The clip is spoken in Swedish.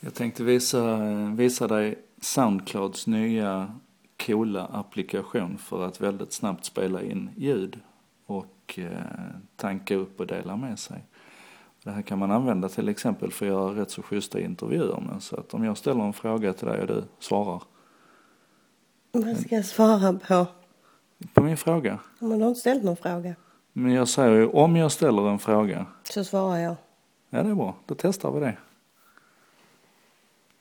Jag tänkte visa, visa dig Soundclouds nya coola applikation för att väldigt snabbt spela in ljud och eh, tanka upp och dela med sig. Det här kan man använda till exempel för att göra rätt så schyssta intervjuer med. Så att om jag ställer en fråga till dig och du svarar Vad ska jag svara på? på min fråga. Man har inte ställt någon fråga. Men jag säger ju om jag ställer en fråga. Så svarar jag. Ja, det är bra. Då testar vi det.